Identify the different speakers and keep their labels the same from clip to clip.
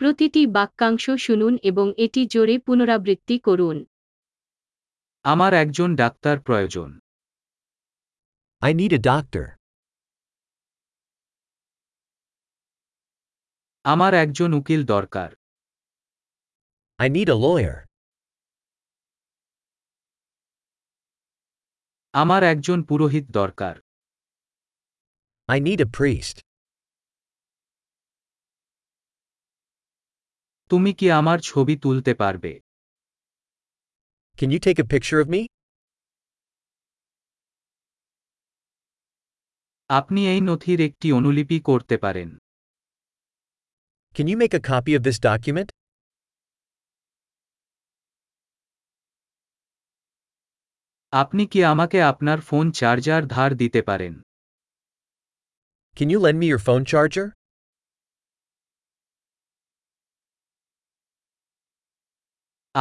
Speaker 1: প্রতিটি বাক্যাংশ শুনুন এবং এটি জোরে পুনরাবৃত্তি করুন
Speaker 2: আমার একজন ডাক্তার প্রয়োজন
Speaker 3: I need a doctor.
Speaker 2: আমার একজন উকিল দরকার
Speaker 3: I need a lawyer.
Speaker 2: আমার একজন পুরোহিত দরকার
Speaker 3: I need a priest.
Speaker 2: তুমি কি আমার ছবি তুলতে পারবে
Speaker 3: Can you take a picture of me?
Speaker 2: আপনি এই নথির একটি অনুলিপি করতে পারেন
Speaker 3: Can you make a copy of this document?
Speaker 2: আপনি কি আমাকে আপনার ফোন চার্জার ধার দিতে পারেন
Speaker 3: Can you lend me your phone charger?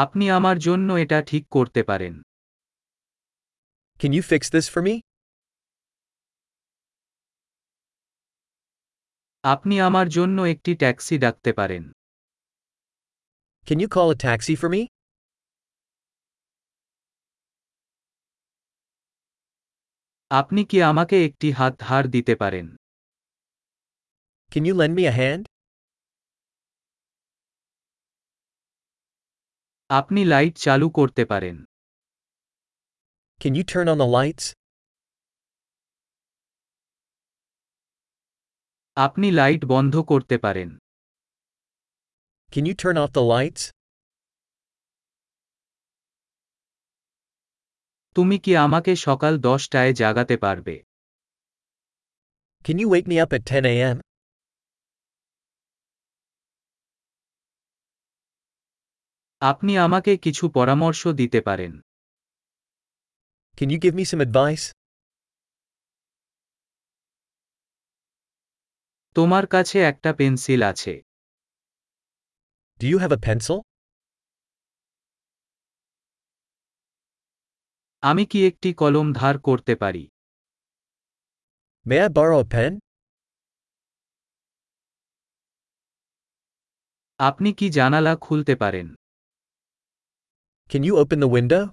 Speaker 2: আপনি আমার জন্য এটা ঠিক করতে পারেন
Speaker 3: Can you fix this for me?
Speaker 2: আপনি আমার জন্য একটি ট্যাক্সি ডাকতে পারেন
Speaker 3: Can you call a taxi for me?
Speaker 2: আপনি কি আমাকে একটি হাত ধার দিতে পারেন
Speaker 3: Can you lend me a hand?
Speaker 2: আপনি লাইট চালু করতে পারেন
Speaker 3: Can you turn on the lights?
Speaker 2: আপনি লাইট বন্ধ করতে পারেন
Speaker 3: Can you turn off the lights?
Speaker 2: তুমি কি আমাকে সকাল দশটায় জাগাতে পারবে
Speaker 3: Can you wake me up at 10 a.m.?
Speaker 2: আপনি আমাকে কিছু পরামর্শ দিতে পারেন
Speaker 3: Can you give me some advice?
Speaker 2: তোমার কাছে একটা পেন্সিল আছে
Speaker 3: Do you have a pencil?
Speaker 2: আমি কি একটি কলম ধার করতে পারি
Speaker 3: May I borrow a pen?
Speaker 2: আপনি কি জানালা খুলতে পারেন
Speaker 3: Can you open the window?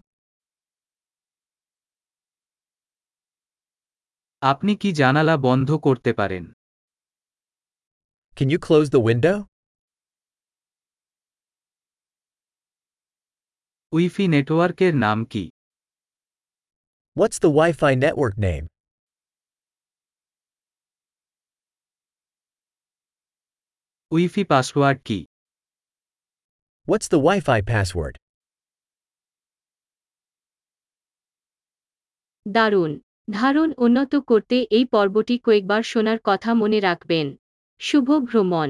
Speaker 2: আপনি কি জানালা বন্ধ করতে পারেন
Speaker 3: Can you close the window?
Speaker 2: Wi Fi নেটওয়ার্কের নাম কি
Speaker 3: What's the Wi Fi network name?
Speaker 2: Wi Fi password কি
Speaker 3: What's the Wi Fi password?
Speaker 1: দারুণ ধারণ উন্নত করতে এই পর্বটি কয়েকবার শোনার কথা মনে রাখবেন শুভ ভ্রমণ